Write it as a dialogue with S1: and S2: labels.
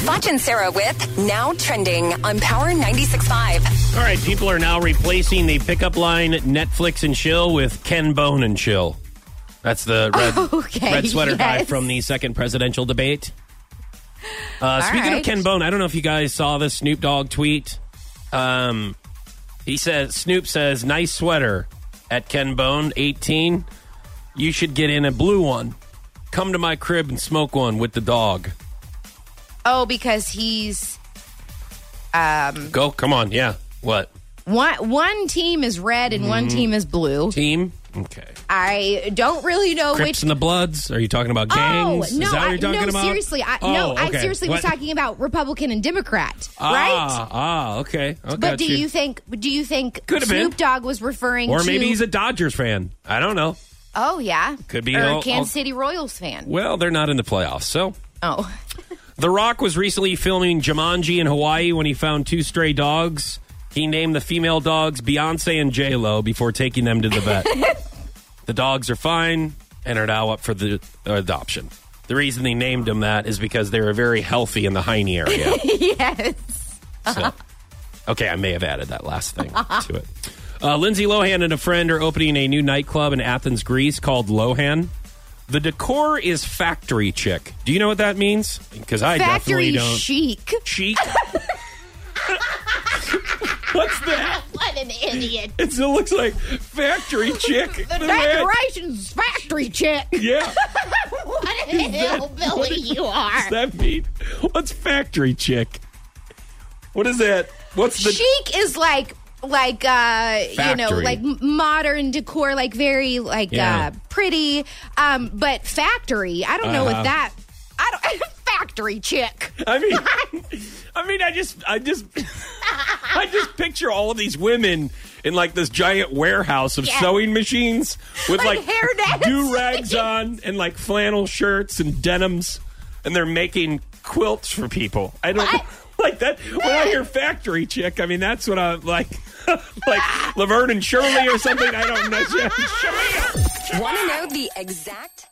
S1: Foch and Sarah with Now Trending on Power 96.5.
S2: All right, people are now replacing the pickup line Netflix and Chill with Ken Bone and Chill. That's the red,
S3: Okay,
S2: red sweater guy
S3: yes.
S2: from the second presidential debate. Uh, speaking of
S3: right.
S2: Ken Bone, I don't know if you guys saw the Snoop Dogg tweet. Um, he says Snoop says nice sweater at Ken Bone 18. You should get in a blue one. Come to my crib and smoke one with the dog.
S3: Oh, because he's
S2: Go, come on, yeah. What
S3: one one team is red and
S2: Mm-hmm.
S3: one team is blue.
S2: team? Okay.
S3: I don't really know
S2: Crips
S3: which.
S2: and the Bloods? Are you talking about gangs?
S3: Oh no!
S2: Is that what
S3: I,
S2: you're talking
S3: no,
S2: about?
S3: seriously. I,
S2: Oh,
S3: no, I
S2: okay.
S3: seriously was
S2: What?
S3: talking about Republican and Democrat,
S2: Ah,
S3: right?
S2: Ah, okay. I
S3: But
S2: got
S3: do you think? Do you think
S2: Could have been.
S3: Snoop Dogg was referring
S2: or
S3: to?
S2: maybe he's a Dodgers fan. I don't know.
S3: oh yeah,
S2: Could be
S3: or
S2: all-
S3: a Kansas City Royals fan.
S2: Well, they're not in the playoffs, so.
S3: Oh,
S2: The Rock was recently filming Jumanji in Hawaii when he found two stray dogs. He named the female dogs Beyonce and J Lo before taking them to the vet. the dogs are fine and are now up for the adoption. The reason they named them that is because they were very healthy in the hiney area.
S3: yes.
S2: So, okay, I may have added that last thing to it. Uh, Lindsay Lohan and a friend are opening a new nightclub in Athens, Greece called Lohan. The decor is factory chic. Do you know what that means? Because I definitely
S3: Factory
S2: don't.
S3: chic.
S2: Chic? What's that?
S3: What an idiot!
S2: It still looks like factory chick.
S3: The
S2: Look at that.
S3: decorations, factory chic.
S2: Yeah.
S3: what an hillbilly you are!
S2: That mean? What's factory chick? What is that? What's the
S3: chic is like like uh you know
S2: Factory.
S3: like m- modern decor like very like
S2: Yeah.
S3: uh pretty um but factory i don't know
S2: Uh-huh.
S3: what that i don't factory chick
S2: I mean, I mean, I just, I just, I just picture all of these women in like this giant warehouse of
S3: Yeah.
S2: sewing machines with
S3: Like
S2: like,
S3: hairnets.
S2: do rags on and like flannel shirts and denims, and they're making quilts for people. I don't
S3: What?
S2: like that. When I hear factory chick, I mean that's what I'm like, like Laverne and Shirley or something. I don't know.
S1: Want to know the exact